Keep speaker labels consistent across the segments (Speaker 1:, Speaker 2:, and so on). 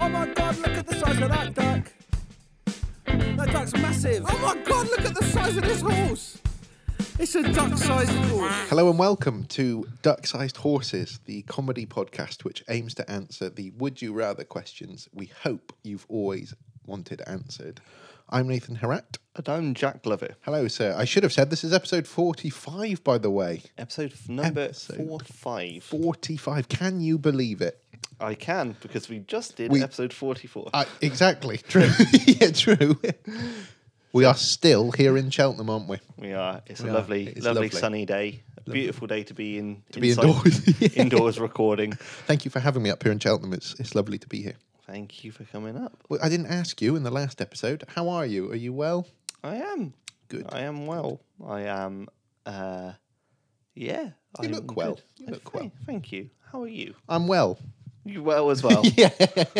Speaker 1: Oh look at that duck. That duck's massive. Oh my god, look at the size of this horse. It's a duck-sized horse.
Speaker 2: Hello and welcome to Duck Sized Horses, the comedy podcast which aims to answer the would you rather questions we hope you've always wanted answered. I'm Nathan Herat.
Speaker 3: And I'm Jack Glover.
Speaker 2: Hello, sir. I should have said this is episode 45, by the way.
Speaker 3: Episode f- number
Speaker 2: Episode
Speaker 3: four five.
Speaker 2: 45. Can you believe it?
Speaker 3: I can because we just did
Speaker 2: We-
Speaker 3: episode forty four.
Speaker 2: Uh, exactly. True. yeah, true. we are still here in Cheltenham, aren't we?
Speaker 3: we are. It's
Speaker 2: we
Speaker 3: a
Speaker 2: are.
Speaker 3: lovely,
Speaker 2: It's
Speaker 3: lovely,
Speaker 2: lovely.
Speaker 3: sunny day. A beautiful day to be in. To
Speaker 2: be indoors. Yeah.
Speaker 3: indoors recording.
Speaker 2: Thank you for having me up here in Cheltenham. It's, it's lovely to be here.
Speaker 3: Thank you for coming up.
Speaker 2: Well, I didn't ask you in the last episode. How are you? Are you well?
Speaker 3: I am
Speaker 2: Good.
Speaker 3: I am well. I am. uh Yeah.
Speaker 2: You
Speaker 3: I'm
Speaker 2: look well.
Speaker 3: good.
Speaker 2: You
Speaker 3: I
Speaker 2: look
Speaker 3: thi-
Speaker 2: well.
Speaker 3: Thank you. How are you?
Speaker 2: I'm well.
Speaker 3: You well as well.
Speaker 2: Yeah.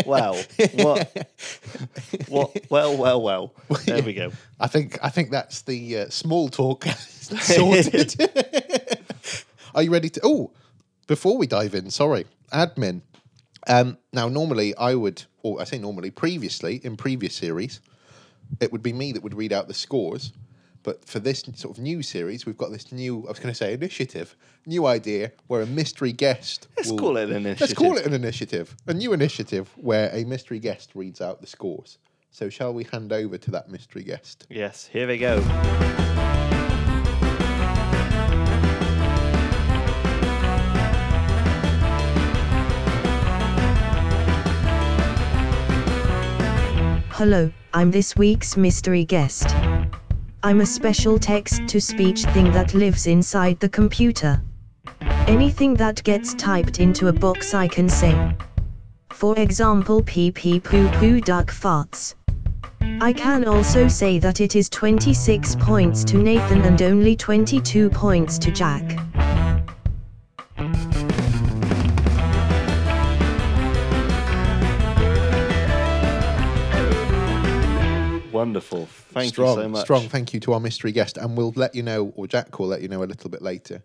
Speaker 3: Well, what? What? Well, well, well. There we go.
Speaker 2: I think I think that's the uh, small talk sorted. Are you ready to? Oh, before we dive in, sorry, admin. Um, now, normally I would, or I say normally, previously in previous series, it would be me that would read out the scores. But for this sort of new series, we've got this new, I was going to say initiative, new idea where a mystery guest.
Speaker 3: Let's call it an
Speaker 2: Let's call
Speaker 3: initiative.
Speaker 2: it an initiative, a new initiative where a mystery guest reads out the scores. So, shall we hand over to that mystery guest?
Speaker 3: Yes. Here we go.
Speaker 4: Hello, I'm this week's mystery guest. I'm a special text to speech thing that lives inside the computer. Anything that gets typed into a box I can say. For example, pee pee poo poo duck farts. I can also say that it is 26 points to Nathan and only 22 points to Jack.
Speaker 3: Wonderful. Thank
Speaker 2: strong,
Speaker 3: you so much.
Speaker 2: Strong thank you to our mystery guest. And we'll let you know, or Jack will let you know a little bit later,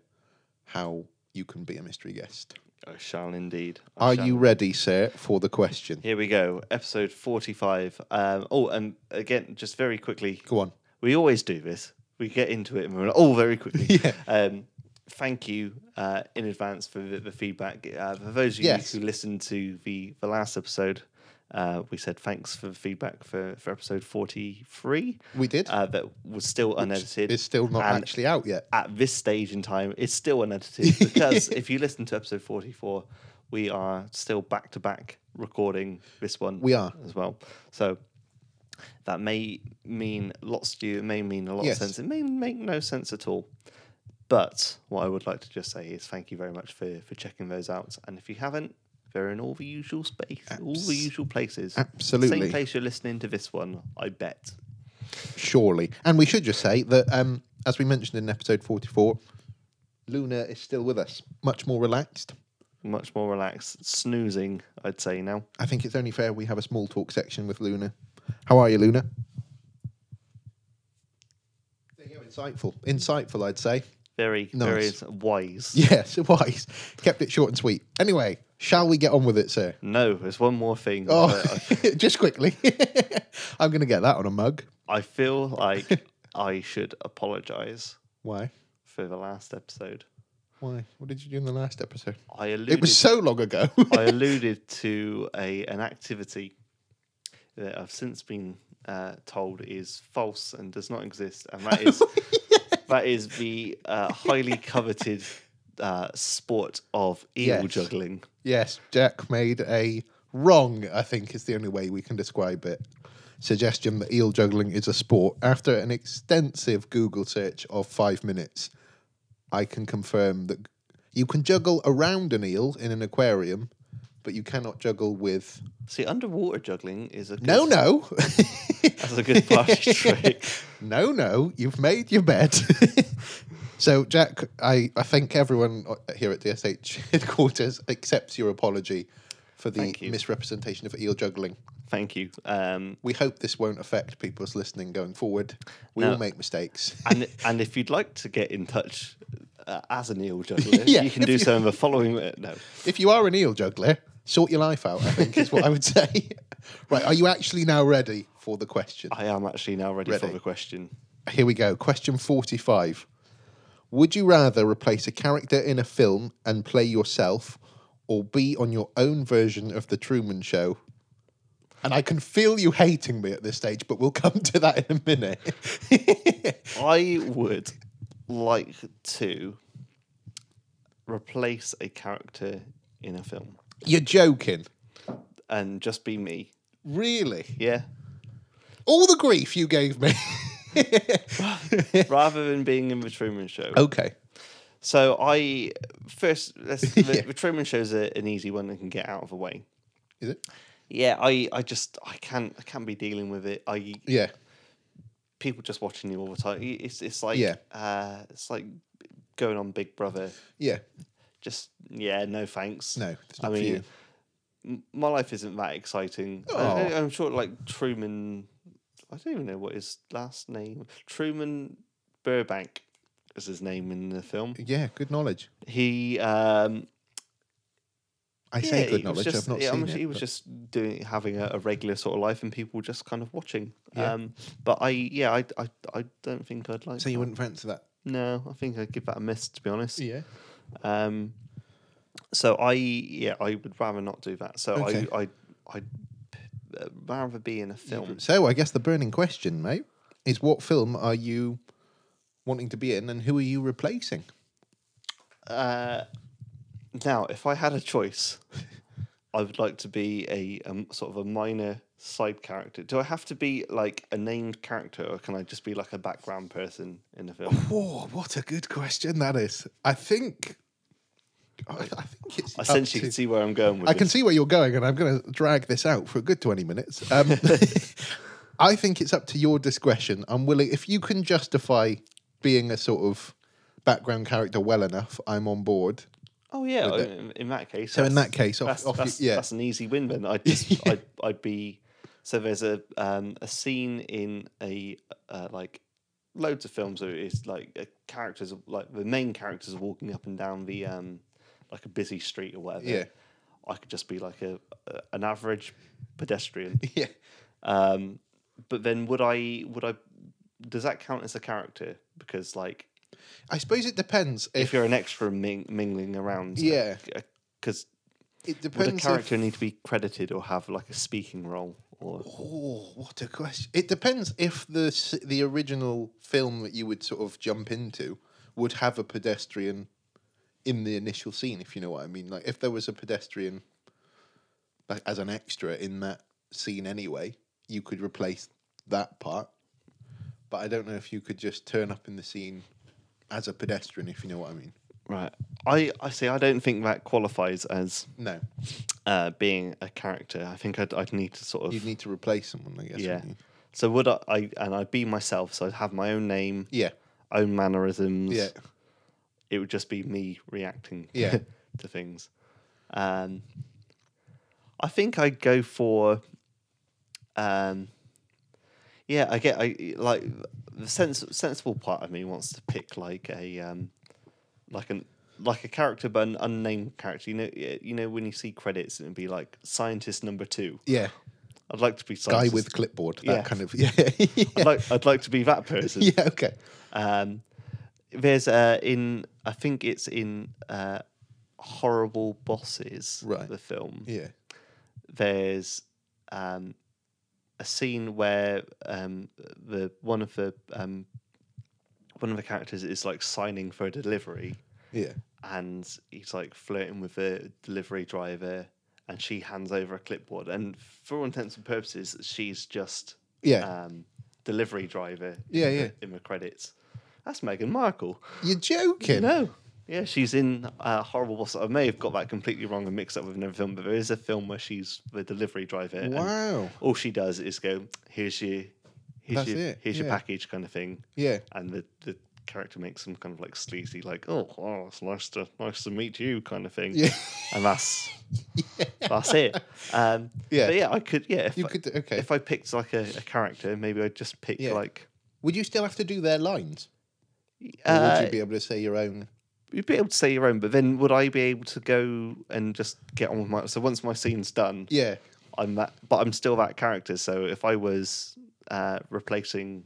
Speaker 2: how you can be a mystery guest.
Speaker 3: I shall indeed. I
Speaker 2: Are
Speaker 3: shall.
Speaker 2: you ready, sir, for the question?
Speaker 3: Here we go. Episode 45. Um, oh, and again, just very quickly,
Speaker 2: Go on.
Speaker 3: we always do this. We get into it and we're like, oh, very quickly.
Speaker 2: Yeah.
Speaker 3: Um, thank you uh, in advance for the, the feedback. Uh, for those of
Speaker 2: Yes.
Speaker 3: you who listened to the, the last episode, uh, we said thanks for the feedback for, for episode 43.
Speaker 2: We did.
Speaker 3: Uh, that was still unedited.
Speaker 2: it's still not
Speaker 3: and
Speaker 2: actually out yet.
Speaker 3: at this stage in time, it's still unedited because if you listen to episode 44, we are still back to back recording this one.
Speaker 2: We are.
Speaker 3: as well. So that may mean lots to you. It may mean a lot
Speaker 2: Yes.
Speaker 3: of sense. It may make no sense at all. But what I would like to just say is thank you very much for for checking those out. And if you haven't, they're in all the usual space, all the usual places.
Speaker 2: absolutely.
Speaker 3: Same place you're listening to this one, I bet.
Speaker 2: Surely. And we should just say that, um, as we mentioned in episode 44, Luna is still with us, much more relaxed.
Speaker 3: Much more relaxed, snoozing, I'd say now.
Speaker 2: I think it's only fair we have a small talk section with Luna. How are you, Luna? There you go, insightful. Insightful, I'd say.
Speaker 3: Very,
Speaker 2: Nice.
Speaker 3: very wise.
Speaker 2: Yes, it was. Kept it short and sweet. Anyway, shall we get on with it, sir?
Speaker 3: No, there's one more thing.
Speaker 2: Oh,
Speaker 3: that
Speaker 2: just quickly. I'm going to get that on a mug.
Speaker 3: I, I feel like I should apologise
Speaker 2: Why?
Speaker 3: for the last episode.
Speaker 2: Why? What did you do in the last episode?
Speaker 3: I alluded,
Speaker 2: It was so long ago.
Speaker 3: I alluded to a an activity that I've since been uh, told is false and does not exist, and that is that is the uh, highly coveted uh, sport of eel
Speaker 2: Yes.
Speaker 3: juggling.
Speaker 2: yes, Jack made a wrong, I think is the only way we can describe it. Suggestion that eel juggling is a sport. After an extensive Google search of five minutes, I can confirm that you can juggle around an eel in an aquarium, but you cannot juggle with
Speaker 3: See, underwater juggling is a good,
Speaker 2: No, no.
Speaker 3: That's a good party trick.
Speaker 2: no, no. You've made your bed. so, Jack, I, I think everyone here at DSH headquarters accepts your apology for the
Speaker 3: Thank you.
Speaker 2: misrepresentation of eel juggling.
Speaker 3: Thank you. Um,
Speaker 2: We hope this won't affect people's listening going forward. We
Speaker 3: No.
Speaker 2: all make mistakes.
Speaker 3: and and if you'd like to get in touch uh, as an eel juggler,
Speaker 2: Yeah,
Speaker 3: you can
Speaker 2: if
Speaker 3: do
Speaker 2: you-
Speaker 3: so in the following. no,
Speaker 2: if you are an eel juggler, Sort your life out, I think, is what I would say. right, are you actually now ready for the question?
Speaker 3: I am actually now ready, for
Speaker 2: Ready.
Speaker 3: the question.
Speaker 2: Here we go. Question 45. Would you rather replace a character in a film and play yourself or be on your own version of The Truman Show? And I can feel you hating me at this stage, but we'll come to that in a minute.
Speaker 3: I would like to replace a character in a film
Speaker 2: You're joking.
Speaker 3: and just be me.
Speaker 2: Really?
Speaker 3: Yeah.
Speaker 2: All the grief you gave me.
Speaker 3: Rather than being in the Truman Show.
Speaker 2: okay.
Speaker 3: So I first let's the,
Speaker 2: Yeah.
Speaker 3: the Truman Show's a, an easy one that can get out of the way.
Speaker 2: Is it?
Speaker 3: Yeah, I, I just I can't I can't be dealing with it. I
Speaker 2: Yeah.
Speaker 3: people just watching you all the time. It's it's like
Speaker 2: Yeah.
Speaker 3: uh, it's like going on Big Brother.
Speaker 2: Yeah.
Speaker 3: Just yeah, no thanks.
Speaker 2: No, it's not for you. Oh.
Speaker 3: m- my life isn't that exciting.
Speaker 2: Aw.
Speaker 3: I, am sure like Truman. I don't even know what his last name. Truman Burbank is his name in the film.
Speaker 2: Yeah. Good knowledge.
Speaker 3: He um,
Speaker 2: I
Speaker 3: yeah,
Speaker 2: say good
Speaker 3: he was
Speaker 2: knowledge.
Speaker 3: Just,
Speaker 2: I've not
Speaker 3: yeah, I'm
Speaker 2: seen
Speaker 3: sure
Speaker 2: it.
Speaker 3: He was
Speaker 2: but-
Speaker 3: just doing having a, a regular sort of life, and people just kind of watching.
Speaker 2: Yeah.
Speaker 3: Um, but I yeah I, I I don't think I'd like.
Speaker 2: so you
Speaker 3: that.
Speaker 2: wouldn't fancy that?
Speaker 3: No, I think I'd give that a miss to be honest.
Speaker 2: Yeah.
Speaker 3: Um, so I yeah I would rather not do that. So
Speaker 2: Okay.
Speaker 3: I I I'd uh, rather be in a film.
Speaker 2: So I guess the burning question, mate, is what film are you wanting to be in and who are you replacing?
Speaker 3: Uh, now, if I had a choice, I would like to be a um, sort of a minor side character. Do I have to be like a named character, or can I just be like a background person in the film?
Speaker 2: Whoa, what a good question that is. I think I I think it's
Speaker 3: I
Speaker 2: up
Speaker 3: sense you
Speaker 2: to-
Speaker 3: can see where I'm going with
Speaker 2: I can
Speaker 3: this.
Speaker 2: see where you're going, and I'm going to drag this out for a good 20 minutes. Um, I think it's up to your discretion. I'm willing, if you can justify being a sort of background character well enough, I'm on board.
Speaker 3: Oh yeah,
Speaker 2: with it.
Speaker 3: in, in that case.
Speaker 2: So in
Speaker 3: that's-
Speaker 2: that case, off-
Speaker 3: that's,
Speaker 2: off you-
Speaker 3: that's-
Speaker 2: yeah.
Speaker 3: that's an easy win. Then I'd just, I'd, I'd be. So there's a um, a scene in a uh, like loads of films where it's like a characters like the main characters are walking up and down the um like a busy street or whatever.
Speaker 2: Yeah.
Speaker 3: I could just be like a, a an average pedestrian.
Speaker 2: Yeah.
Speaker 3: Um, but then would I would I does that count as a character? Because like
Speaker 2: I suppose it depends. If,
Speaker 3: if you're an extra ming- mingling around, uh,
Speaker 2: Yeah.
Speaker 3: because
Speaker 2: it
Speaker 3: would a
Speaker 2: depends. if-
Speaker 3: character need to be credited or have like a speaking role? Or
Speaker 2: Oh, what a question! It depends if the s- the original film that you would sort of jump into would have a pedestrian in the initial scene, if you know what I mean. Like if there was a pedestrian like as an extra in that scene anyway, you could replace that part. But I don't know if you could just turn up in the scene as a pedestrian, if you know what I mean.
Speaker 3: right, I I see. I don't think that qualifies as
Speaker 2: No,
Speaker 3: uh, being a character. I think I'd I'd need to sort of
Speaker 2: you'd need to replace someone, I guess.
Speaker 3: yeah.
Speaker 2: wouldn't you?
Speaker 3: So would I, I? And I'd be myself. So I'd have my own name,
Speaker 2: yeah,
Speaker 3: own mannerisms.
Speaker 2: yeah.
Speaker 3: it would just be me reacting
Speaker 2: Yeah.
Speaker 3: to things. Um, I think I'd go for, um, yeah, I get I like the sense sensible part of me wants to pick like a um, like an like a character but an unnamed character. You know, y- you know when you see credits and it'd be like scientist number two.
Speaker 2: Yeah,
Speaker 3: I'd like to be
Speaker 2: guy
Speaker 3: scientist.
Speaker 2: with clipboard, that
Speaker 3: Yeah.
Speaker 2: kind of yeah.
Speaker 3: I'd like I'd like to be that person.
Speaker 2: yeah, okay.
Speaker 3: Um, there's uh, in I think it's in uh, Horrible Bosses,
Speaker 2: Right.
Speaker 3: the film.
Speaker 2: Yeah.
Speaker 3: There's um, a scene where um, the one of the um, one of the characters is like signing for a delivery,
Speaker 2: Yeah.
Speaker 3: and he's like flirting with the delivery driver, and she hands over a clipboard, and for all intents and purposes, she's just
Speaker 2: Yeah.
Speaker 3: um, delivery driver.
Speaker 2: Yeah,
Speaker 3: in
Speaker 2: yeah.
Speaker 3: The, in the credits, that's Meghan Markle.
Speaker 2: You're joking.
Speaker 3: No. Yeah, she's in uh, Horrible Boss. I may have got that completely wrong and mixed up with another film, but there is a film where she's the delivery driver. and
Speaker 2: Wow.
Speaker 3: all she does is go, "Here's your, here's
Speaker 2: That's
Speaker 3: your,
Speaker 2: it,
Speaker 3: here's your
Speaker 2: yeah.
Speaker 3: package," kind of thing.
Speaker 2: Yeah.
Speaker 3: And the, the character makes some kind of like sleazy, like, "Oh, wow, it's nice to nice to meet you," kind of thing.
Speaker 2: Yeah.
Speaker 3: And that's that's it. Um,
Speaker 2: Yeah.
Speaker 3: But yeah, I could. Yeah. If
Speaker 2: You
Speaker 3: I,
Speaker 2: could okay.
Speaker 3: If I picked like a, a character, maybe I'd just pick
Speaker 2: Yeah.
Speaker 3: like.
Speaker 2: would you still have to do their lines? Or would
Speaker 3: Uh,
Speaker 2: you be able to say your own?
Speaker 3: you'd be able to say your own, but then would I be able to go and just get on with my? So once my scene's done,
Speaker 2: Yeah.
Speaker 3: I'm that, but I'm still that character. So if I was uh, replacing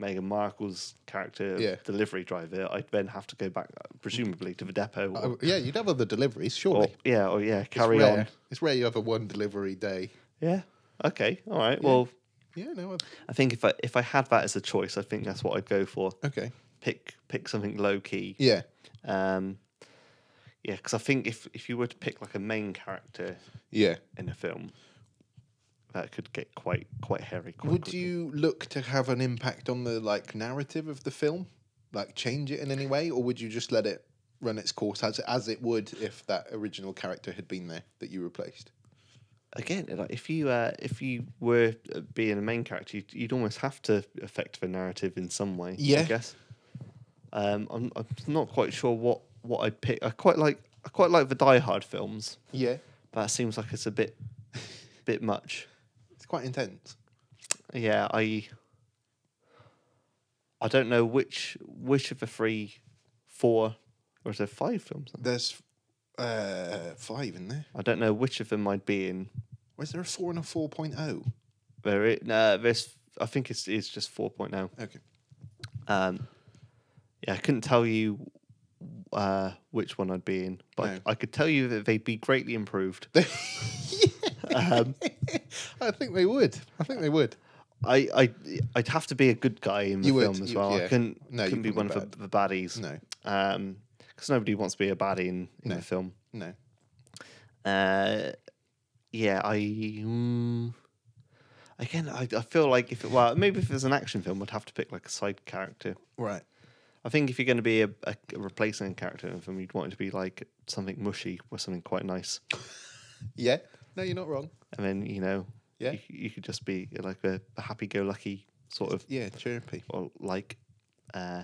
Speaker 3: Meghan Markle's character,
Speaker 2: Yeah.
Speaker 3: delivery driver, I'd then have to go back, presumably, to the depot. Or,
Speaker 2: Oh, yeah, you'd have other deliveries,
Speaker 3: or-
Speaker 2: surely.
Speaker 3: yeah, or yeah, carry
Speaker 2: it's rare.
Speaker 3: on.
Speaker 2: It's rare you have a one delivery day.
Speaker 3: Yeah. Okay. All right. Well,
Speaker 2: Yeah, no. I-
Speaker 3: I think if I if I had that as a choice, I think that's what I'd go for.
Speaker 2: Okay.
Speaker 3: Pick pick something low key.
Speaker 2: Yeah.
Speaker 3: Um, yeah, because I think if if you were to pick like a main character
Speaker 2: Yeah.
Speaker 3: in a film, that could get quite quite hairy. Quite
Speaker 2: Would
Speaker 3: quickly.
Speaker 2: you look to have an impact on the like narrative of the film, like change it in any way, or would you just let it run its course as as it would if that original character had been there that you replaced?
Speaker 3: again, like if you uh, if you were uh, being a main character, you'd, you'd almost have to affect the narrative in some way. I
Speaker 2: Yeah.
Speaker 3: guess. Um, I'm, I'm not quite sure what, what I'd pick. I quite like I quite like the Die Hard films,
Speaker 2: Yeah,
Speaker 3: but it seems like it's a bit bit much.
Speaker 2: it's quite intense.
Speaker 3: Yeah, I I don't know which which of the three, four, or is there five films?
Speaker 2: There's uh five in there.
Speaker 3: I don't know which of them I'd be in.
Speaker 2: Was there a four and a four oh?
Speaker 3: There, i- no, there's. I think it's it's just four point now.
Speaker 2: Okay.
Speaker 3: Um, yeah, I couldn't tell you uh, which one I'd be in, but I-
Speaker 2: No.
Speaker 3: I, could tell you that they'd be greatly improved.
Speaker 2: I think they would. I think they would.
Speaker 3: I, I, I'd have to be a good guy in the
Speaker 2: You would,
Speaker 3: film as
Speaker 2: you-
Speaker 3: well.
Speaker 2: yeah.
Speaker 3: I couldn't,
Speaker 2: No, you
Speaker 3: couldn't be one
Speaker 2: couldn't be
Speaker 3: of the, the baddies.
Speaker 2: No.
Speaker 3: because nobody wants to be a baddie in, in
Speaker 2: No.
Speaker 3: the film.
Speaker 2: No.
Speaker 3: Uh, yeah, I. mm, again, I, I feel like if it, well, maybe if it was an action film, I'd have to pick like a side character.
Speaker 2: Right.
Speaker 3: I think if you're going to be a, a, a replacing character in a film, you'd want it to be like something mushy or something quite nice.
Speaker 2: Yeah. No, you're not wrong.
Speaker 3: And then, you know,
Speaker 2: Yeah.
Speaker 3: you, you could just be like a, a happy go lucky sort of,
Speaker 2: Yeah, chirpy.
Speaker 3: or like, uh,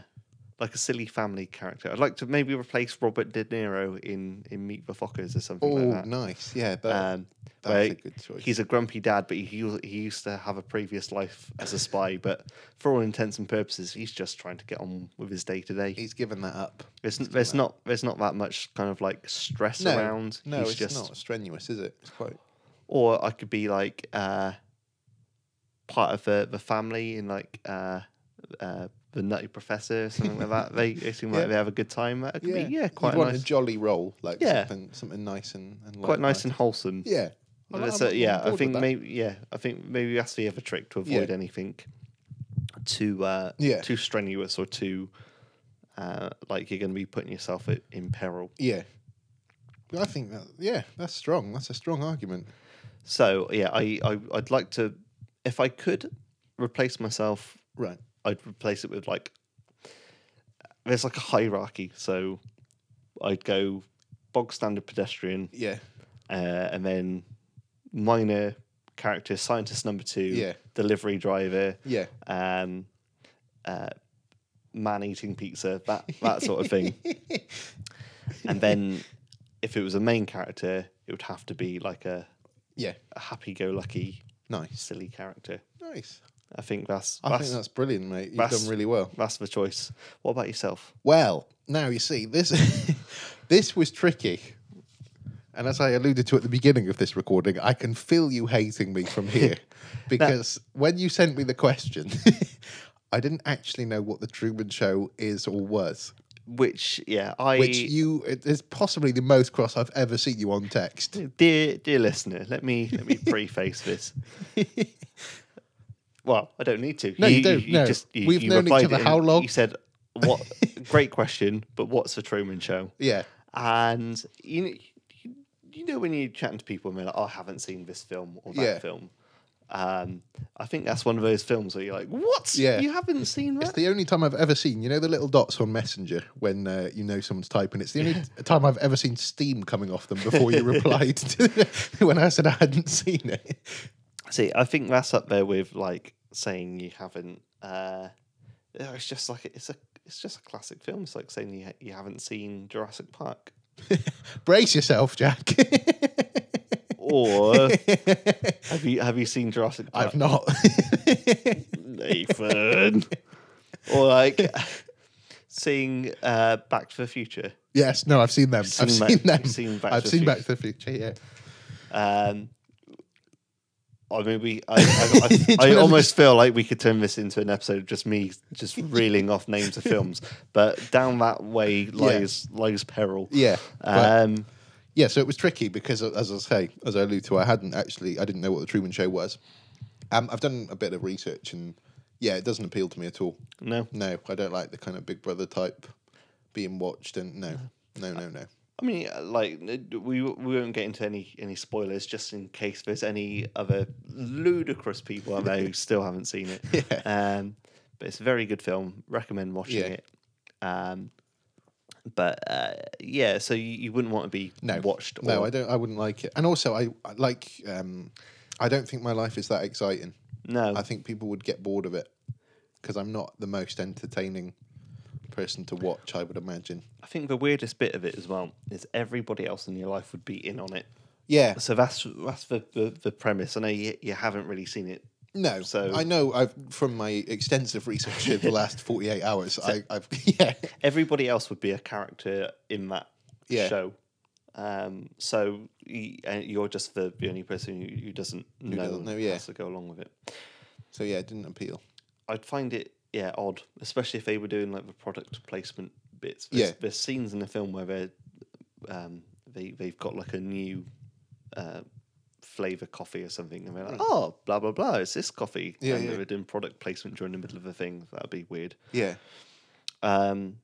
Speaker 3: like a silly family character. I'd like to maybe replace Robert De Niro in, in Meet the Fockers or something
Speaker 2: Oh,
Speaker 3: like that.
Speaker 2: nice. Yeah, that,
Speaker 3: Um,
Speaker 2: that's
Speaker 3: where
Speaker 2: a good choice.
Speaker 3: He's a grumpy dad, but he he used to have a previous life as a spy. But for all intents and purposes, he's just trying to get on with his day to day.
Speaker 2: he's given that up.
Speaker 3: There's, n- there's not there's not that much kind of like stress
Speaker 2: No,
Speaker 3: around.
Speaker 2: no,
Speaker 3: He's
Speaker 2: it's
Speaker 3: just,
Speaker 2: not strenuous, is it? It's quite.
Speaker 3: Or I could be like uh, part of the, the family in like uh, uh, the Nutty Professor or something like that. They, they seem like
Speaker 2: Yeah.
Speaker 3: they have a good time. That could be yeah, quite
Speaker 2: You'd
Speaker 3: a
Speaker 2: want
Speaker 3: nice,
Speaker 2: a jolly roll, like
Speaker 3: Yeah.
Speaker 2: something, something nice and, and
Speaker 3: quite nice and wholesome.
Speaker 2: yeah. I li-
Speaker 3: That's
Speaker 2: I'm
Speaker 3: a-
Speaker 2: on
Speaker 3: yeah,
Speaker 2: board
Speaker 3: I
Speaker 2: with
Speaker 3: think
Speaker 2: that.
Speaker 3: maybe yeah, I think maybe that's the other trick to
Speaker 2: Yeah.
Speaker 3: avoid anything too uh,
Speaker 2: Yeah.
Speaker 3: too strenuous or too uh, like you're going to be putting yourself i- in peril.
Speaker 2: Yeah, I think that. Yeah, that's strong. That's a strong argument.
Speaker 3: So yeah, I, I I'd like to, if I could replace myself,
Speaker 2: Right.
Speaker 3: I'd replace it with like there's like a hierarchy. So I'd go bog standard pedestrian,
Speaker 2: Yeah.
Speaker 3: uh, and then minor character scientist number two,
Speaker 2: Yeah.
Speaker 3: delivery driver,
Speaker 2: Yeah.
Speaker 3: um, uh, man eating pizza, that that sort of thing. and then if it was a main character, it would have to be like a,
Speaker 2: Yeah.
Speaker 3: a happy go lucky,
Speaker 2: Nice.
Speaker 3: silly character.
Speaker 2: Nice.
Speaker 3: I think that's
Speaker 2: I
Speaker 3: that's,
Speaker 2: think that's brilliant, mate. You've
Speaker 3: that's-
Speaker 2: done really well.
Speaker 3: that's the choice. What about yourself?
Speaker 2: Well, now you see this. this was tricky, and as I alluded to at the beginning of this recording, I can feel you hating me from here because when you sent me the question, I didn't actually know what the Truman Show is or was.
Speaker 3: Which yeah, I
Speaker 2: Which you it is possibly the most cross I've ever seen you on text.
Speaker 3: dear dear listener, let me let me preface this. Well, I don't need to.
Speaker 2: No, you don't, no. We've known each
Speaker 3: replied
Speaker 2: other
Speaker 3: in-
Speaker 2: how long?
Speaker 3: You said, "What? great question, but what's the Truman Show?"
Speaker 2: Yeah,
Speaker 3: And you, kn- you, you know when you're chatting to people and they're like, oh, "I haven't seen this film or that
Speaker 2: Yeah.
Speaker 3: film." Um, I think that's one of those films where you're like, "What?
Speaker 2: Yeah.
Speaker 3: You haven't seen
Speaker 2: it's
Speaker 3: that?"
Speaker 2: the only time I've ever seen. You know the little dots on Messenger when uh, you know someone's typing. It's the only time I've ever seen steam coming off them before you replied to, when I said I hadn't seen it.
Speaker 3: See, I think that's up there with like saying you haven't. Uh, yeah, it's just like it's a it's just a classic film. It's like saying you ha- you haven't seen Jurassic Park
Speaker 2: Brace yourself, Jack.
Speaker 3: or have you have you seen Jurassic Park?
Speaker 2: I've not.
Speaker 3: Nathan. or like, seeing uh, Back to the Future?
Speaker 2: Yes, no, I've seen them.
Speaker 3: You've
Speaker 2: I've
Speaker 3: seen
Speaker 2: seen
Speaker 3: Back-
Speaker 2: them.
Speaker 3: you've seen Back
Speaker 2: I've
Speaker 3: to the
Speaker 2: seen Back to
Speaker 3: Future.
Speaker 2: the Future. Yeah,
Speaker 3: Um, I mean, we. I, I, I, I
Speaker 2: Trying to-
Speaker 3: almost feel like we could turn this into an episode of just me just reeling off names of films, but down that way lies lies peril.
Speaker 2: yeah, but-
Speaker 3: Um,
Speaker 2: yeah. So it was tricky because, as I say, as I allude to, I hadn't actually, I didn't know what the Truman Show was. Um, I've done a bit of research, and yeah, it doesn't appeal to me at all.
Speaker 3: no,
Speaker 2: No, I don't like the kind of Big Brother type being watched, and no, no, no, no.
Speaker 3: I mean, uh, like uh, we we won't get into any any spoilers, just in case there's any other ludicrous people out there who still haven't seen it. Um, but it's a very good film. Recommend watching
Speaker 2: Yeah.
Speaker 3: it. Um, but uh, yeah, so you, you wouldn't want to be
Speaker 2: no
Speaker 3: watched. Or,
Speaker 2: No, I don't. I wouldn't like it. And also, I, I like. Um, I don't think my life is that exciting.
Speaker 3: No,
Speaker 2: I think people would get bored of it because I'm not the most entertaining person to watch. I would imagine.
Speaker 3: I think the weirdest bit of it as well is everybody else in your life would be in on it.
Speaker 2: Yeah.
Speaker 3: So that's that's the the, the premise. I know you, you haven't really seen it.
Speaker 2: No.
Speaker 3: so-
Speaker 2: I know. I've from my extensive research over the last 48 hours. I, I've yeah.
Speaker 3: Everybody else would be a character in that
Speaker 2: Yeah.
Speaker 3: show. Um, so y- and you're just the, the only person who, who doesn't know,
Speaker 2: doesn't know,
Speaker 3: and
Speaker 2: yeah.
Speaker 3: has to go along with it.
Speaker 2: So yeah, it didn't appeal.
Speaker 3: I'd find it yeah odd, especially if they were doing like the product placement bits. There's,
Speaker 2: Yeah.
Speaker 3: there's scenes in the film where they're um, they they've got like a new uh, flavor coffee or something, and they're like, oh, blah blah blah, it's this coffee.
Speaker 2: Hmm. Yeah,
Speaker 3: and
Speaker 2: yeah.
Speaker 3: they were doing product placement during the middle of the thing. That'd be weird.
Speaker 2: Yeah.
Speaker 3: Um,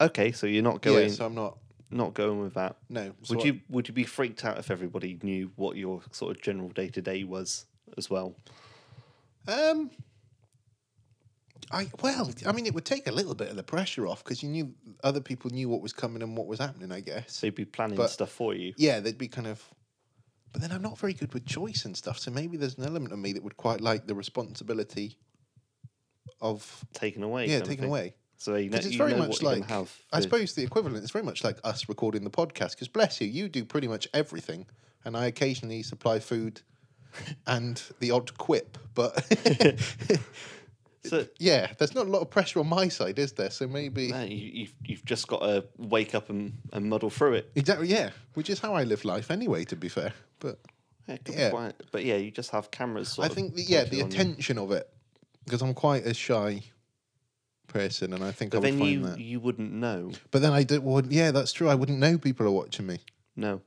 Speaker 3: okay, so you're not
Speaker 2: Yeah.
Speaker 3: going
Speaker 2: So I'm not.
Speaker 3: not going with that.
Speaker 2: No.
Speaker 3: Would
Speaker 2: so
Speaker 3: you would you be freaked out if everybody knew what your sort of general day to day was as well?
Speaker 2: I- um. I well, I mean, it would take a little bit of the pressure off because you knew other people knew what was coming and what was happening. I guess.
Speaker 3: So you'd be planning
Speaker 2: But-
Speaker 3: stuff for you.
Speaker 2: yeah, they'd be kind of. But then I'm not very good with choice and stuff, so maybe there's an element of me that would quite like the responsibility of
Speaker 3: Taken away.
Speaker 2: yeah
Speaker 3: kind of
Speaker 2: taken
Speaker 3: thing.
Speaker 2: away.
Speaker 3: So you know,
Speaker 2: Because it's
Speaker 3: you
Speaker 2: very
Speaker 3: know
Speaker 2: much
Speaker 3: what you're
Speaker 2: like
Speaker 3: gonna have.
Speaker 2: I
Speaker 3: the-
Speaker 2: suppose the equivalent is very much like us recording the podcast. Because bless you, you do pretty much everything, and I occasionally supply food and the odd quip. But
Speaker 3: So,
Speaker 2: yeah, there's not a lot of pressure on my side, is there? So maybe
Speaker 3: man, you, you've you've just got to wake up and, and muddle through it.
Speaker 2: exactly yeah, which is how I live life anyway. To be fair, but
Speaker 3: Yeah, it could be
Speaker 2: Yeah.
Speaker 3: quite- but yeah, you just have cameras. Sort
Speaker 2: I
Speaker 3: of
Speaker 2: think the, yeah,
Speaker 3: pointed
Speaker 2: the
Speaker 3: on you.
Speaker 2: attention of it because I'm quite a shy person, and I think I
Speaker 3: But
Speaker 2: would
Speaker 3: then
Speaker 2: find
Speaker 3: you
Speaker 2: that.
Speaker 3: you wouldn't know.
Speaker 2: But then I did. Well, yeah, that's true. I wouldn't know people are watching me.
Speaker 3: No,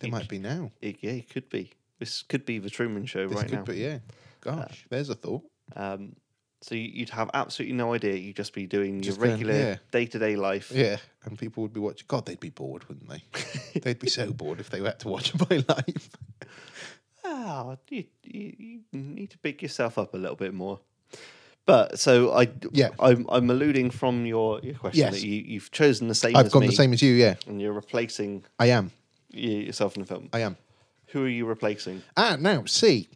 Speaker 2: They might be now.
Speaker 3: it, yeah, it could be. This could be the Truman Show
Speaker 2: This
Speaker 3: right
Speaker 2: could
Speaker 3: now. Uh.
Speaker 2: be yeah. Gosh, there's a thought.
Speaker 3: Um, so you- you'd have absolutely no idea. You'd just be doing
Speaker 2: Just
Speaker 3: your
Speaker 2: going,
Speaker 3: regular
Speaker 2: yeah.
Speaker 3: day to day life.
Speaker 2: Yeah, and people would be watching. God, they'd be bored, wouldn't they? they'd be so bored if they had to watch my life.
Speaker 3: Oh, you, you, you need to pick yourself up a little bit more. But so I,
Speaker 2: Yeah.
Speaker 3: I'm, I'm alluding from your, your question
Speaker 2: Yes.
Speaker 3: that you, you've chosen the same.
Speaker 2: I've
Speaker 3: as
Speaker 2: gone
Speaker 3: me.
Speaker 2: the same as you. Yeah,
Speaker 3: and you're replacing
Speaker 2: I am.
Speaker 3: you, yourself in the film.
Speaker 2: I am.
Speaker 3: Who are you replacing?
Speaker 2: Ah, now see,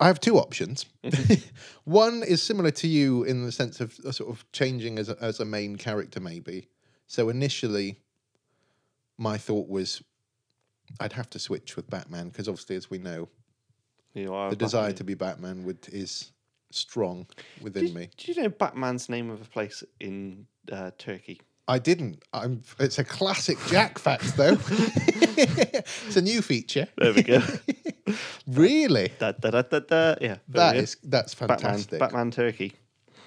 Speaker 2: I have two options.
Speaker 3: Mm-hmm.
Speaker 2: One is similar to you in the sense of uh, sort of changing as a, as a main character, maybe. So initially, my thought was, I'd have to switch with Batman because obviously, as we know,
Speaker 3: You are
Speaker 2: the desire to be Batman would is strong within me.
Speaker 3: Do you know Batman's name of a place in uh, Turkey?
Speaker 2: I didn't. I'm. It's a classic Jack fact, though. it's a new feature.
Speaker 3: There we go.
Speaker 2: Really,
Speaker 3: da, da, da, da, da. Yeah, there
Speaker 2: that
Speaker 3: we go.
Speaker 2: is that's
Speaker 3: Batman.
Speaker 2: fantastic.
Speaker 3: Batman Turkey.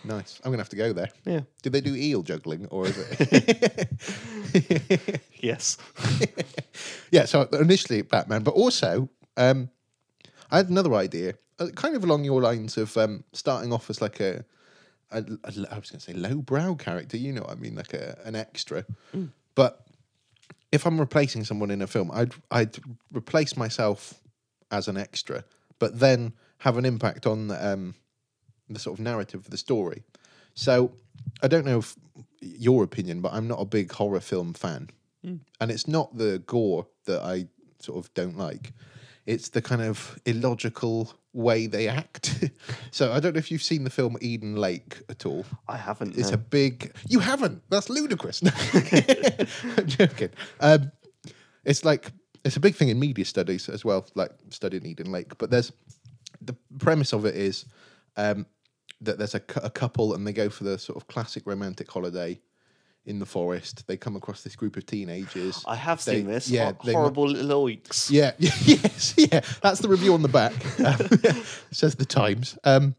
Speaker 2: Nice. I'm gonna have to go there.
Speaker 3: Yeah.
Speaker 2: Do they do eel juggling or is it?
Speaker 3: Yes.
Speaker 2: yeah. So initially Batman, but also um, I had another idea, uh, kind of along your lines of um, starting off as like a, a, a I was going to say lowbrow character. You know what I mean, like a, an extra. But if I'm replacing someone in a film, I'd I'd replace myself as an extra, but then have an impact on um, the sort of narrative of the story. So I don't know if your opinion, but I'm not a big horror film fan, and it's not the gore that I sort of don't like. It's the kind of illogical way they act. so I don't know if you've seen the film Eden Lake at all.
Speaker 3: I haven't.
Speaker 2: It's
Speaker 3: no.
Speaker 2: a big. You haven't. That's ludicrous. No, I'm joking. Um, it's like it's a big thing in media studies as well, like studying Eden Lake. But there's the premise of it is um, that there's a, cou- a couple and they go for the sort of classic romantic holiday in the forest. They come across this group of teenagers.
Speaker 3: I have
Speaker 2: They-
Speaker 3: seen this.
Speaker 2: yeah,
Speaker 3: Yeah,
Speaker 2: they-
Speaker 3: horrible little oinks.
Speaker 2: Yeah, yes, yeah. That's the review on the back. Um, says the Times. Um,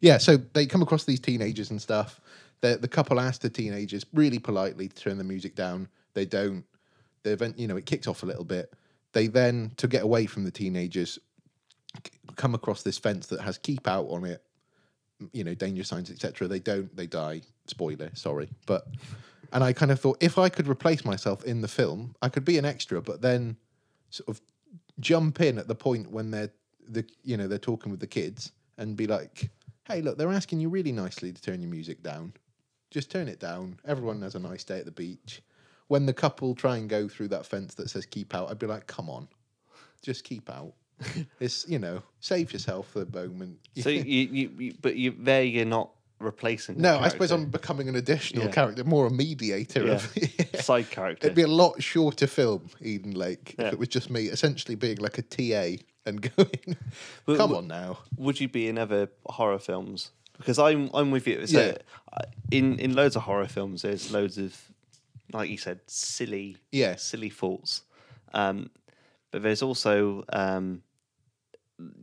Speaker 2: yeah, so they come across these teenagers and stuff. The the couple ask the teenagers really politely to turn the music down. They don't. The event, you know, it kicks off a little bit. They then, to get away from the teenagers, c- come across this fence that has keep out on it. You know, danger signs, etc. They don't. They die. Spoiler. Sorry, but. And I kind of thought if I could replace myself in the film, I could be an extra, but then sort of jump in at the point when they're the you know they're talking with the kids and be like, "Hey, look, they're asking you really nicely to turn your music down. Just turn it down. Everyone has a nice day at the beach." When the couple try and go through that fence that says "keep out," I'd be like, "Come on, just keep out." it's you know, save yourself the moment.
Speaker 3: So you, you, you but you there you're not replacing. the
Speaker 2: no, I suppose I'm
Speaker 3: character.
Speaker 2: becoming an additional
Speaker 3: Yeah.
Speaker 2: character, more a mediator of.
Speaker 3: side character.
Speaker 2: It'd be a lot shorter film, Eden Lake,
Speaker 3: Yeah.
Speaker 2: if it was just me essentially being like a TA and going,
Speaker 3: But
Speaker 2: come
Speaker 3: w-
Speaker 2: on now.
Speaker 3: would you be in other horror films? Because I'm I'm with you. So
Speaker 2: Yeah.
Speaker 3: I- in in loads of horror films, there's loads of like you said, silly
Speaker 2: Yeah.
Speaker 3: silly faults. Um, but there's also um,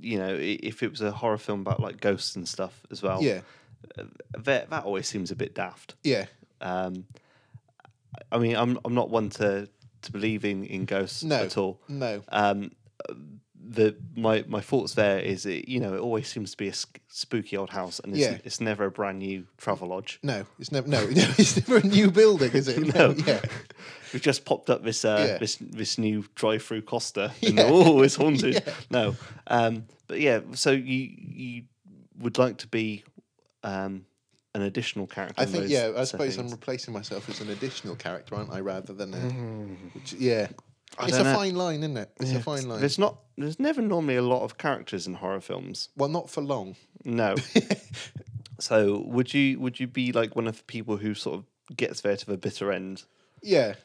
Speaker 3: you know i- if it was a horror film about like ghosts and stuff as well.
Speaker 2: Yeah,
Speaker 3: that that always seems a bit daft.
Speaker 2: yeah.
Speaker 3: Um, I mean, I'm I'm not one to to believe in, in ghosts
Speaker 2: No.
Speaker 3: at all.
Speaker 2: No.
Speaker 3: Um, the my my thoughts there is it, you know it always seems to be a sc- spooky old house and it's,
Speaker 2: Yeah.
Speaker 3: it's never a brand new travel lodge.
Speaker 2: No, it's never no, it's never a new building, is it?
Speaker 3: No.
Speaker 2: yeah.
Speaker 3: We've just popped up this uh,
Speaker 2: Yeah.
Speaker 3: this this new drive through Costa and
Speaker 2: Yeah.
Speaker 3: oh it's haunted.
Speaker 2: Yeah.
Speaker 3: No. Um, but yeah, so you you would like to be um, an additional character.
Speaker 2: I
Speaker 3: in
Speaker 2: think
Speaker 3: those
Speaker 2: yeah. I suppose I'm
Speaker 3: settings.
Speaker 2: replacing myself as an additional character, aren't I? Rather than a, which, yeah. It's a
Speaker 3: Mm. don't know.
Speaker 2: fine line, isn't it? It's a fine line.
Speaker 3: There's not. There's never normally a lot of characters in horror films.
Speaker 2: Well, not for long.
Speaker 3: No. so would you would you be like one of the people who sort of gets there to the bitter end?
Speaker 2: Yeah.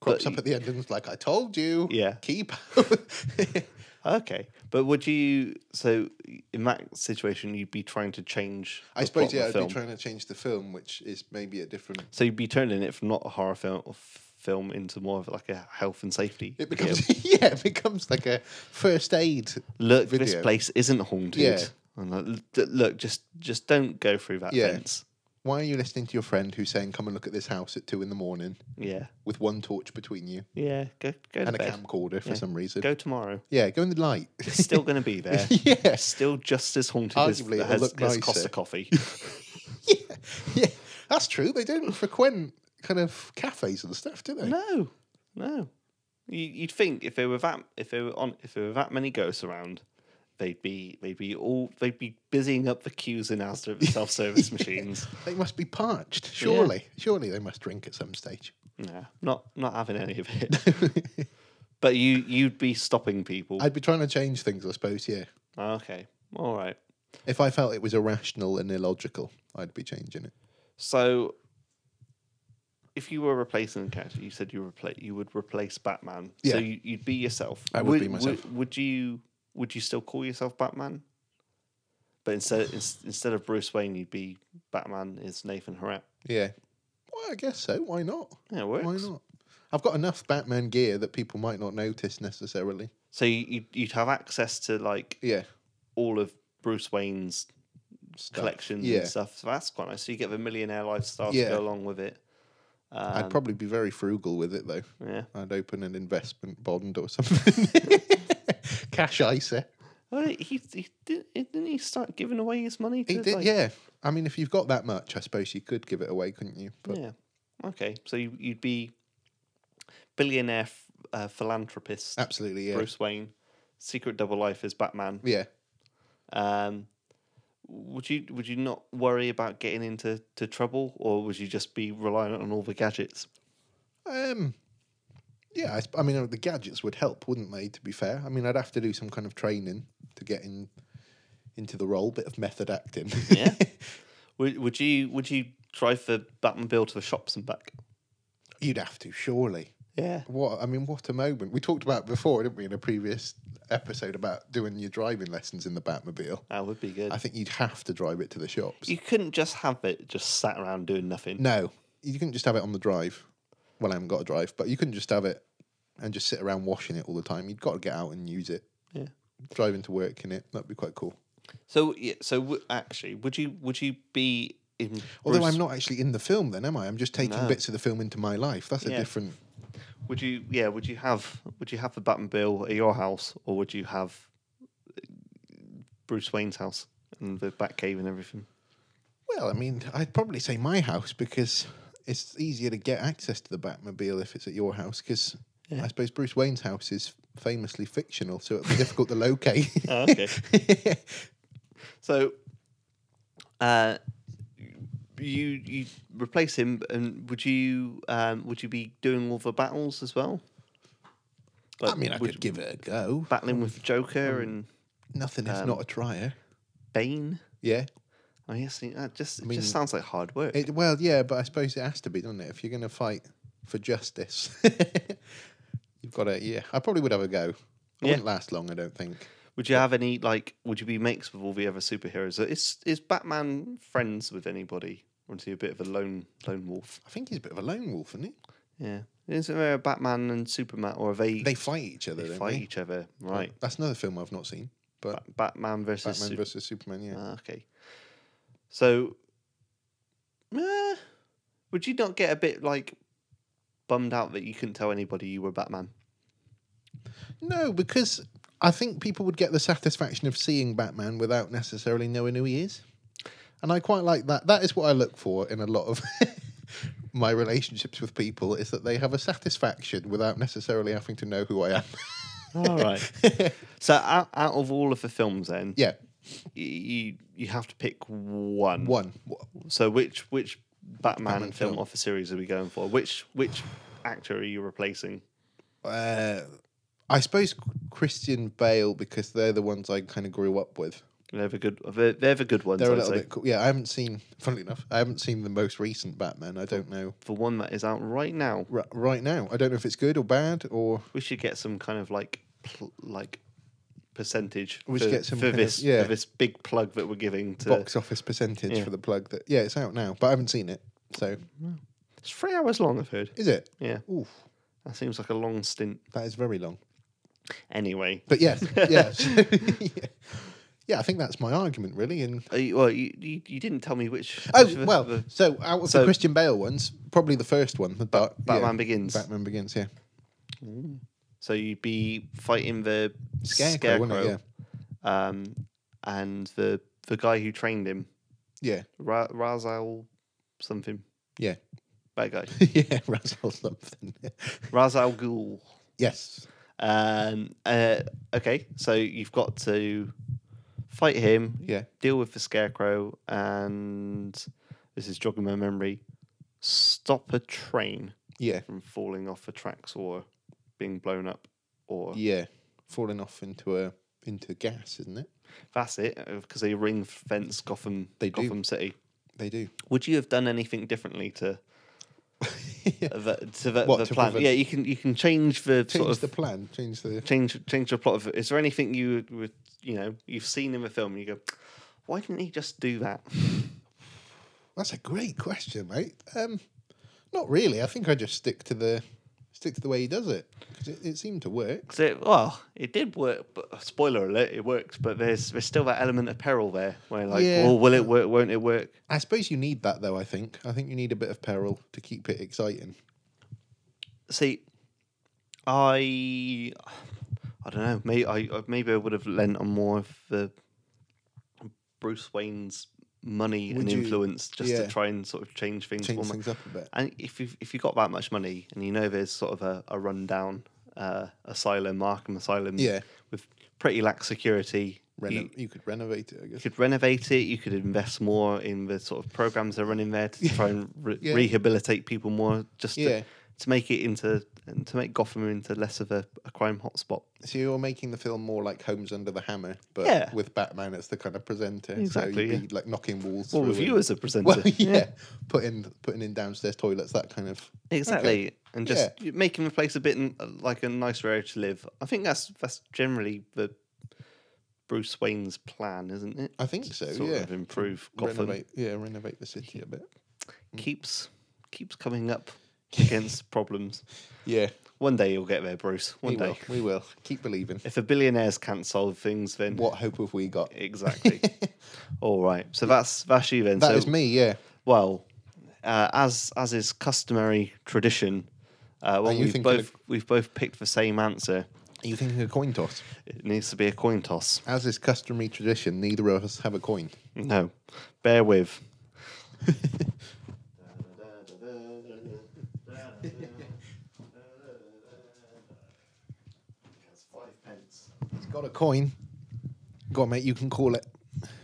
Speaker 2: Crops
Speaker 3: But
Speaker 2: up at the end and is like, I told you.
Speaker 3: Yeah.
Speaker 2: Keep.
Speaker 3: Okay, but would you? So in that situation, you'd be trying to change.
Speaker 2: I
Speaker 3: the
Speaker 2: suppose
Speaker 3: plot of
Speaker 2: yeah.
Speaker 3: the
Speaker 2: I'd
Speaker 3: film.
Speaker 2: be trying to change the film, which is maybe a different
Speaker 3: So you'd be turning it from not a horror film film into more of like a health and safety.
Speaker 2: It
Speaker 3: video.
Speaker 2: becomes yeah, it becomes like a first aid.
Speaker 3: look, this
Speaker 2: video.
Speaker 3: place isn't haunted.
Speaker 2: Yeah.
Speaker 3: And like, "L- look, just just don't go through that
Speaker 2: Yeah.
Speaker 3: fence.
Speaker 2: Why are you listening to your friend who's saying, "Come and look at this house at two in the morning
Speaker 3: Yeah,
Speaker 2: with one torch between you
Speaker 3: yeah. Go go to
Speaker 2: and a
Speaker 3: bed.
Speaker 2: camcorder for
Speaker 3: Yeah.
Speaker 2: some reason"?
Speaker 3: Go tomorrow.
Speaker 2: Yeah, go in the light.
Speaker 3: It's still going to be there.
Speaker 2: Yeah.
Speaker 3: Still just as haunted
Speaker 2: Arguably, it'll
Speaker 3: as, as,
Speaker 2: look
Speaker 3: as
Speaker 2: nicer.
Speaker 3: Costa Coffee.
Speaker 2: yeah, yeah, that's true. They don't frequent kind of cafes and stuff, do they?
Speaker 3: no, no. You, you'd think if there were that if there were on if there were that many ghosts around, they'd be they'd be all they'd be busying up the queues in Asda self service machines.
Speaker 2: They must be parched. Surely, surely they must drink at some stage.
Speaker 3: No, not not having any of it. but you you'd be stopping people.
Speaker 2: I'd be trying to change things, I suppose. Yeah,
Speaker 3: Okay, all right.
Speaker 2: if I felt it was irrational and illogical, I'd be changing it.
Speaker 3: So, if you were replacing the character, you said you replace you would replace Batman.
Speaker 2: Yeah.
Speaker 3: So you, you'd be yourself.
Speaker 2: I would be myself.
Speaker 3: Would, you would you still call yourself Batman? But instead ins- instead of Bruce Wayne, you'd be Batman is Nathan Harrett.
Speaker 2: Yeah, well, I guess so. Why not?
Speaker 3: Yeah, it works.
Speaker 2: Why not? I've got enough Batman gear that people might not notice necessarily.
Speaker 3: So you, you'd, you'd have access to like
Speaker 2: Yeah.
Speaker 3: all of Bruce Wayne's
Speaker 2: stuff.
Speaker 3: collections
Speaker 2: Yeah.
Speaker 3: and stuff. So that's quite nice. So you get the millionaire lifestyle
Speaker 2: Yeah.
Speaker 3: to go along with it.
Speaker 2: I'd probably be very frugal with it though.
Speaker 3: Yeah.
Speaker 2: I'd open an investment bond or something. Cash ISA.
Speaker 3: Well, he, he did, didn't he start giving away his money? To,
Speaker 2: He did,
Speaker 3: like,
Speaker 2: yeah. I mean, if you've got that much, I suppose you could give it away, couldn't you? But
Speaker 3: Yeah. Okay. So you, you'd be billionaire f- uh, philanthropist
Speaker 2: absolutely, yeah.
Speaker 3: Bruce Wayne. Secret double life is Batman.
Speaker 2: Yeah.
Speaker 3: Um, would you would you not worry about getting into to trouble, or would you just be reliant on all the gadgets?
Speaker 2: Um, yeah, I, sp- I mean, uh, the gadgets would help, wouldn't they? To be fair, I mean, I'd have to do some kind of training to get in into the role, bit of method acting.
Speaker 3: Yeah. would would you would you drive the Batmobile to the shops and back?
Speaker 2: You'd have to, surely.
Speaker 3: Yeah.
Speaker 2: What I mean, what a moment! We talked about it before, didn't we, in a previous episode about doing your driving lessons in the Batmobile.
Speaker 3: That would be good.
Speaker 2: I think you'd have to drive it to the shops.
Speaker 3: you couldn't just have it just sat around doing nothing.
Speaker 2: no, you couldn't just have it on the drive. Well, I haven't got a drive, but you couldn't just have it and just sit around washing it all the time. You'd got to get out and use it.
Speaker 3: Yeah.
Speaker 2: Driving to work in it that'd be quite cool.
Speaker 3: So yeah, so w- actually, would you would you be in?
Speaker 2: Although
Speaker 3: Bruce-
Speaker 2: I'm not actually in the film, then am I? I'm just taking
Speaker 3: No.
Speaker 2: bits of the film into my life. That's a
Speaker 3: Yeah.
Speaker 2: different.
Speaker 3: Would you? Yeah. Would you have? Would you have the Batmobile at your house, or would you have Bruce Wayne's house and the Batcave and everything?
Speaker 2: Well, I mean, I'd probably say my house because it's easier to get access to the Batmobile if it's at your house. Because I suppose Bruce Wayne's house is famously fictional, so it'd be difficult to locate.
Speaker 3: Oh, okay. so, uh, you you replace him, and would you um, would you be doing all the battles as well?
Speaker 2: I mean, I Mm.
Speaker 3: would um,
Speaker 2: could give it a go.
Speaker 3: battling with Joker and
Speaker 2: Nothing is not a trier.
Speaker 3: Bane.
Speaker 2: Yeah.
Speaker 3: I guess that just it
Speaker 2: mean,
Speaker 3: just sounds like hard work.
Speaker 2: It, well, yeah, but I suppose it has to be, doesn't it? If you're going to fight for justice, you've got to. Yeah, I probably would have a go. It
Speaker 3: Yeah.
Speaker 2: wouldn't last long, I don't think.
Speaker 3: would you have any like? Would you be mates with all the other superheroes? Is is Batman friends with anybody? Or is he a bit of a lone lone wolf?
Speaker 2: I think he's a bit of a lone wolf, isn't he?
Speaker 3: Yeah, isn't there a Batman and Superman, or are they
Speaker 2: They fight each other,
Speaker 3: they
Speaker 2: don't
Speaker 3: fight
Speaker 2: they?
Speaker 3: each other? Right,
Speaker 2: That's another film I've not seen, but
Speaker 3: Ba- Batman versus
Speaker 2: Batman
Speaker 3: Superman.
Speaker 2: versus Superman. Yeah.
Speaker 3: Ah, okay. So, eh, would you not get a bit like bummed out that you couldn't tell anybody you were Batman?
Speaker 2: No, because I think people would get the satisfaction of seeing Batman without necessarily knowing who he is. And I quite like that. That is what I look for in a lot of my relationships with people is that they have a satisfaction without necessarily having to know who I am.
Speaker 3: All right. so, out, out of all of the films, then,
Speaker 2: yeah,
Speaker 3: y- you you have to pick one.
Speaker 2: one.
Speaker 3: So, which which Batman,
Speaker 2: Batman
Speaker 3: film,
Speaker 2: film.
Speaker 3: off a series are we going for? Which which actor are you replacing?
Speaker 2: Uh, I suppose Christian Bale because they're the ones I kind of grew up with.
Speaker 3: They're the good. They're, they're the good ones.
Speaker 2: They're a
Speaker 3: I'd
Speaker 2: little
Speaker 3: say.
Speaker 2: bit cool. Yeah, I haven't seen. Funnily enough, I haven't seen the most recent Batman. I don't know
Speaker 3: The one that is out right now.
Speaker 2: r- right now. I don't know if it's good or bad or
Speaker 3: We should get some kind of like pl- like percentage
Speaker 2: We
Speaker 3: for,
Speaker 2: should get some
Speaker 3: for
Speaker 2: kind of-
Speaker 3: this
Speaker 2: yeah.
Speaker 3: for this big plug that we're giving to
Speaker 2: box office percentage
Speaker 3: Yeah.
Speaker 2: for the plug that yeah it's out now but i haven't seen it so
Speaker 3: it's three hours long i've heard
Speaker 2: is it
Speaker 3: yeah
Speaker 2: oof
Speaker 3: that seems like a long stint
Speaker 2: that is very long
Speaker 3: anyway
Speaker 2: but yes yeah yeah. yeah i think that's my argument really and
Speaker 3: Uh, you- well you, you you didn't tell me which which
Speaker 2: oh
Speaker 3: the-
Speaker 2: well
Speaker 3: the
Speaker 2: so out of
Speaker 3: so-
Speaker 2: the christian bale ones probably the first one the dark yeah,
Speaker 3: batman begins
Speaker 2: batman begins yeah
Speaker 3: so you'd be fighting the
Speaker 2: Scarecrow,
Speaker 3: scarecrow,
Speaker 2: wouldn't it?
Speaker 3: um and the the guy who trained him
Speaker 2: yeah
Speaker 3: Ra- razal something
Speaker 2: yeah
Speaker 3: bad guy
Speaker 2: yeah yeah razzle something
Speaker 3: razal Ghul.
Speaker 2: yes
Speaker 3: Um, uh, okay, so you've got to fight him,
Speaker 2: Yeah.
Speaker 3: deal with the scarecrow, and this is jogging my memory. Stop a train
Speaker 2: yeah
Speaker 3: from falling off the tracks or being blown up, or
Speaker 2: yeah falling off into a into gas isn't it
Speaker 3: that's it because they ring fence Gotham,
Speaker 2: They do.
Speaker 3: Gotham City.
Speaker 2: they do
Speaker 3: Would you have done anything differently to the, to the,
Speaker 2: What,
Speaker 3: the
Speaker 2: to
Speaker 3: plan?
Speaker 2: prevent-
Speaker 3: Yeah, you can you can change the
Speaker 2: change
Speaker 3: sort of
Speaker 2: the plan change the
Speaker 3: change change the plot of it. Is there anything you would you know you've seen in the film? And you go, why didn't he just do that?
Speaker 2: That's a great question, mate. Um, not really. I think I just stick to the stick to the way he does it because it, it seemed to work.
Speaker 3: 'Cause it well, it did work. But spoiler alert, it works. But there's there's still that element of peril there, where like,
Speaker 2: Yeah.
Speaker 3: well, will it work? Won't it work?
Speaker 2: I suppose you need that though. I think I think you need a bit of peril to keep it exciting.
Speaker 3: See, I I don't know. Maybe I I- maybe I would have lent on more of the Bruce Wayne's money and
Speaker 2: Would you-
Speaker 3: influence just to
Speaker 2: yeah.
Speaker 3: try and sort of change things.
Speaker 2: Change
Speaker 3: for me.
Speaker 2: things up a bit.
Speaker 3: And if you've if you've got that much money and you know there's sort of a, a rundown uh, asylum, Arkham Asylum,
Speaker 2: Yeah.
Speaker 3: with pretty lax security,
Speaker 2: Reno-
Speaker 3: you,
Speaker 2: you, could renovate it, I
Speaker 3: you
Speaker 2: guess.
Speaker 3: could renovate it. You could invest more in the sort of programs they're running there to try and re-
Speaker 2: Yeah.
Speaker 3: rehabilitate people more. Just
Speaker 2: Yeah.
Speaker 3: to to make it into and to make Gotham into less of a, a crime hotspot.
Speaker 2: So you're making the film more like Homes Under the Hammer, but
Speaker 3: Yeah.
Speaker 2: with Batman, it's the kind of presenter. so
Speaker 3: Exactly,
Speaker 2: you'd
Speaker 3: yeah.
Speaker 2: be like knocking walls.
Speaker 3: Well,
Speaker 2: through
Speaker 3: with
Speaker 2: and-
Speaker 3: you as a presenter,
Speaker 2: well, yeah, putting putting in downstairs toilets, that kind of.
Speaker 3: exactly, and just
Speaker 2: Yeah.
Speaker 3: making the place a bit n- like a nicer area to live. I think that's that's generally the Bruce Wayne's plan, isn't it?
Speaker 2: I think so.
Speaker 3: sort
Speaker 2: yeah,
Speaker 3: of improve Gotham.
Speaker 2: renovate. Yeah, renovate the city a bit.
Speaker 3: Keeps keeps coming up against problems.
Speaker 2: Yeah,
Speaker 3: One day you'll get there, Bruce. One
Speaker 2: we
Speaker 3: day.
Speaker 2: will. We will keep believing.
Speaker 3: If the billionaires can't solve things, then
Speaker 2: What hope have we got?
Speaker 3: Exactly. All right. So that's that's you then.
Speaker 2: That
Speaker 3: so,
Speaker 2: is me. Yeah.
Speaker 3: Well, uh, as as is customary tradition, uh, when
Speaker 2: you
Speaker 3: we've
Speaker 2: thinking
Speaker 3: both
Speaker 2: of-
Speaker 3: we've both picked the same answer,
Speaker 2: Are you thinking a coin toss?
Speaker 3: it needs to be a coin toss.
Speaker 2: As is customary tradition, neither of us have a coin.
Speaker 3: No, bear with.
Speaker 2: He's got a coin. Go on, mate. You can call it.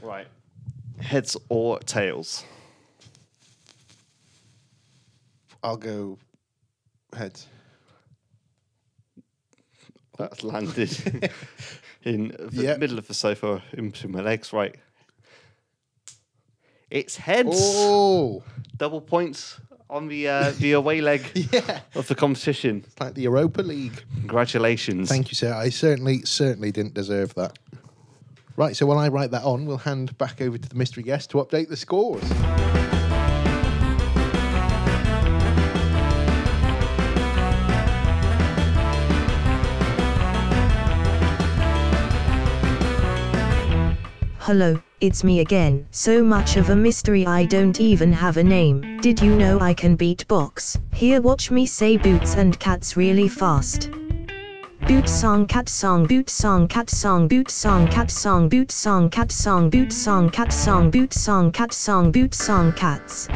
Speaker 3: Right. Heads or tails?
Speaker 2: I'll go heads.
Speaker 3: That's landed in the
Speaker 2: Yep.
Speaker 3: middle of the sofa into my legs. Right. It's heads.
Speaker 2: Oh,
Speaker 3: double points on the uh, the away leg
Speaker 2: yeah.
Speaker 3: of the competition.
Speaker 2: It's like the Europa League.
Speaker 3: Congratulations.
Speaker 2: Thank you, sir. I certainly, certainly didn't deserve that. Right, so while I write that on, we'll hand back over to the mystery guest to update the scores.
Speaker 4: Hello, it's me again. So much of a mystery I don't even have a name. Did you know I can beatbox? Here watch me say boots and cats really fast. Boot song cat song boot song cat song boot song cat song boot song cat song boot song cat song boot song cat song boot song cats.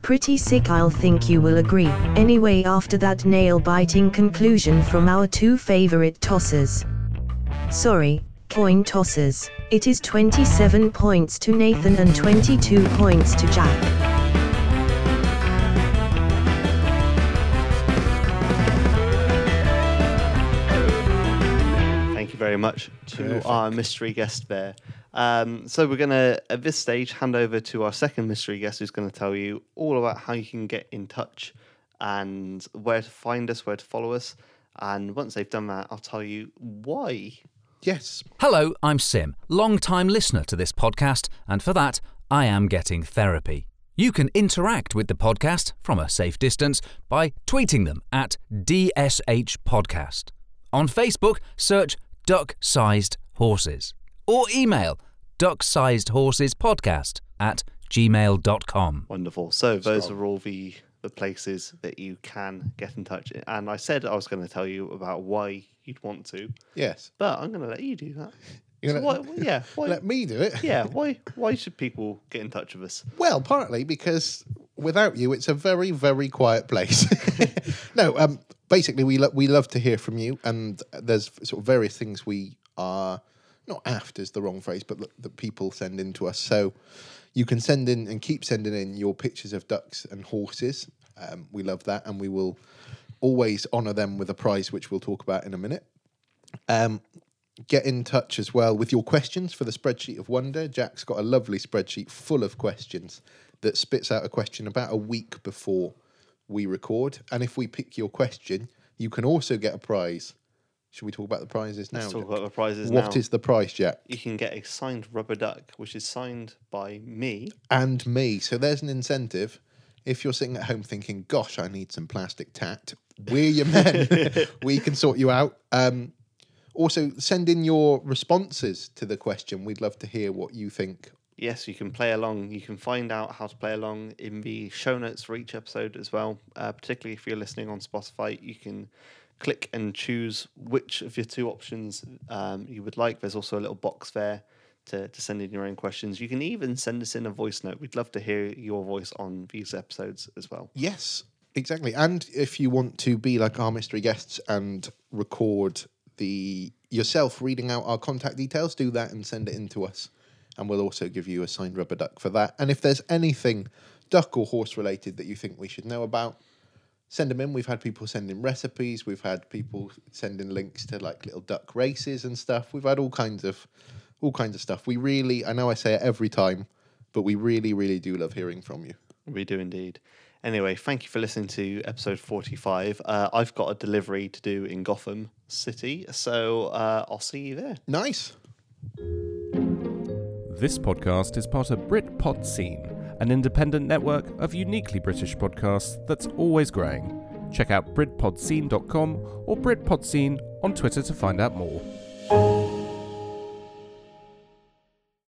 Speaker 4: Pretty sick, I'll think you will agree. Anyway, after that nail biting conclusion from our two favorite tossers. Sorry, coin tossers. It is 27 points to Nathan and 22 points to Jack.
Speaker 3: Thank you very much to
Speaker 2: Perfect.
Speaker 3: our mystery guest there. Um, so we're gonna at this stage hand over to our second mystery guest, who's gonna tell you all about how you can get in touch and where to find us, where to follow us. And once they've done that, I'll tell you why.
Speaker 2: Yes,
Speaker 5: Hello, I'm Sim, long-time listener to this podcast, and for that, I am getting therapy. You can interact with the podcast from a safe distance by tweeting them at DSH Podcast. On Facebook, search Duck Sized Horses. Or email duck sized horses podcast at gmail.com.
Speaker 3: Wonderful. So those are all the the places that you can get in touch. And I said I was going to tell you about why you'd want to,
Speaker 2: yes.
Speaker 3: but I'm going to let you do that.
Speaker 2: You're
Speaker 3: So
Speaker 2: gonna-
Speaker 3: why, yeah, why,
Speaker 2: Let me do it.
Speaker 3: yeah. Why? Why should people get in touch with us?
Speaker 2: Well, partly because without you, it's a very, very quiet place. no, um, basically, we lo- we love to hear from you, and there's sort of various things we are not after is the wrong phrase, but that, that people send in to us. So you can send in and keep sending in your pictures of ducks and horses. Um, we love that, and we will always honour them with a prize, which we'll talk about in a minute um, get in touch as well with your questions for the spreadsheet of wonder. Jack's got a lovely spreadsheet full of questions that spits out a question about a week before we record. And if we pick your question, you can also get a prize. Should we talk about the prizes now?
Speaker 3: Let's talk
Speaker 2: Jack?
Speaker 3: about the prizes now.
Speaker 2: What is the prize, Jack?
Speaker 3: You can get a signed rubber duck, which is signed by me.
Speaker 2: And me. So there's an incentive. If you're sitting at home thinking, gosh, I need some plastic tat, we're your men. we can sort you out. Um, also, send in your responses to the question. We'd love to hear what you think
Speaker 3: Yes, you can play along. You can find out how to play along in the show notes for each episode as well. Uh, particularly if you're listening on Spotify, you can click and choose which of your two options um, you would like. There's also a little box there to, to send in your own questions. You can even send us in a voice note. We'd love to hear your voice on these episodes as well.
Speaker 2: Yes, exactly. And if you want to be like our mystery guests and record the yourself reading out our contact details, do that and send it in to us. And we'll also give you a signed rubber duck for that. And if there's anything duck or horse related that you think we should know about, send them in. We've had people sending recipes. We've had people sending links to like little duck races and stuff. We've had all kinds of all kinds of stuff. We really, I know I say it every time, but we really, really do love hearing from you.
Speaker 3: We do indeed. Anyway, thank you for listening to episode 45. Uh, I've got a delivery to do in Gotham City, so uh, I'll see you there.
Speaker 2: Nice.
Speaker 6: This podcast is part of Britpod Scene, an independent network of uniquely British podcasts that's always growing. Check out BritpodScene.com or BritpodScene on Twitter to find out more.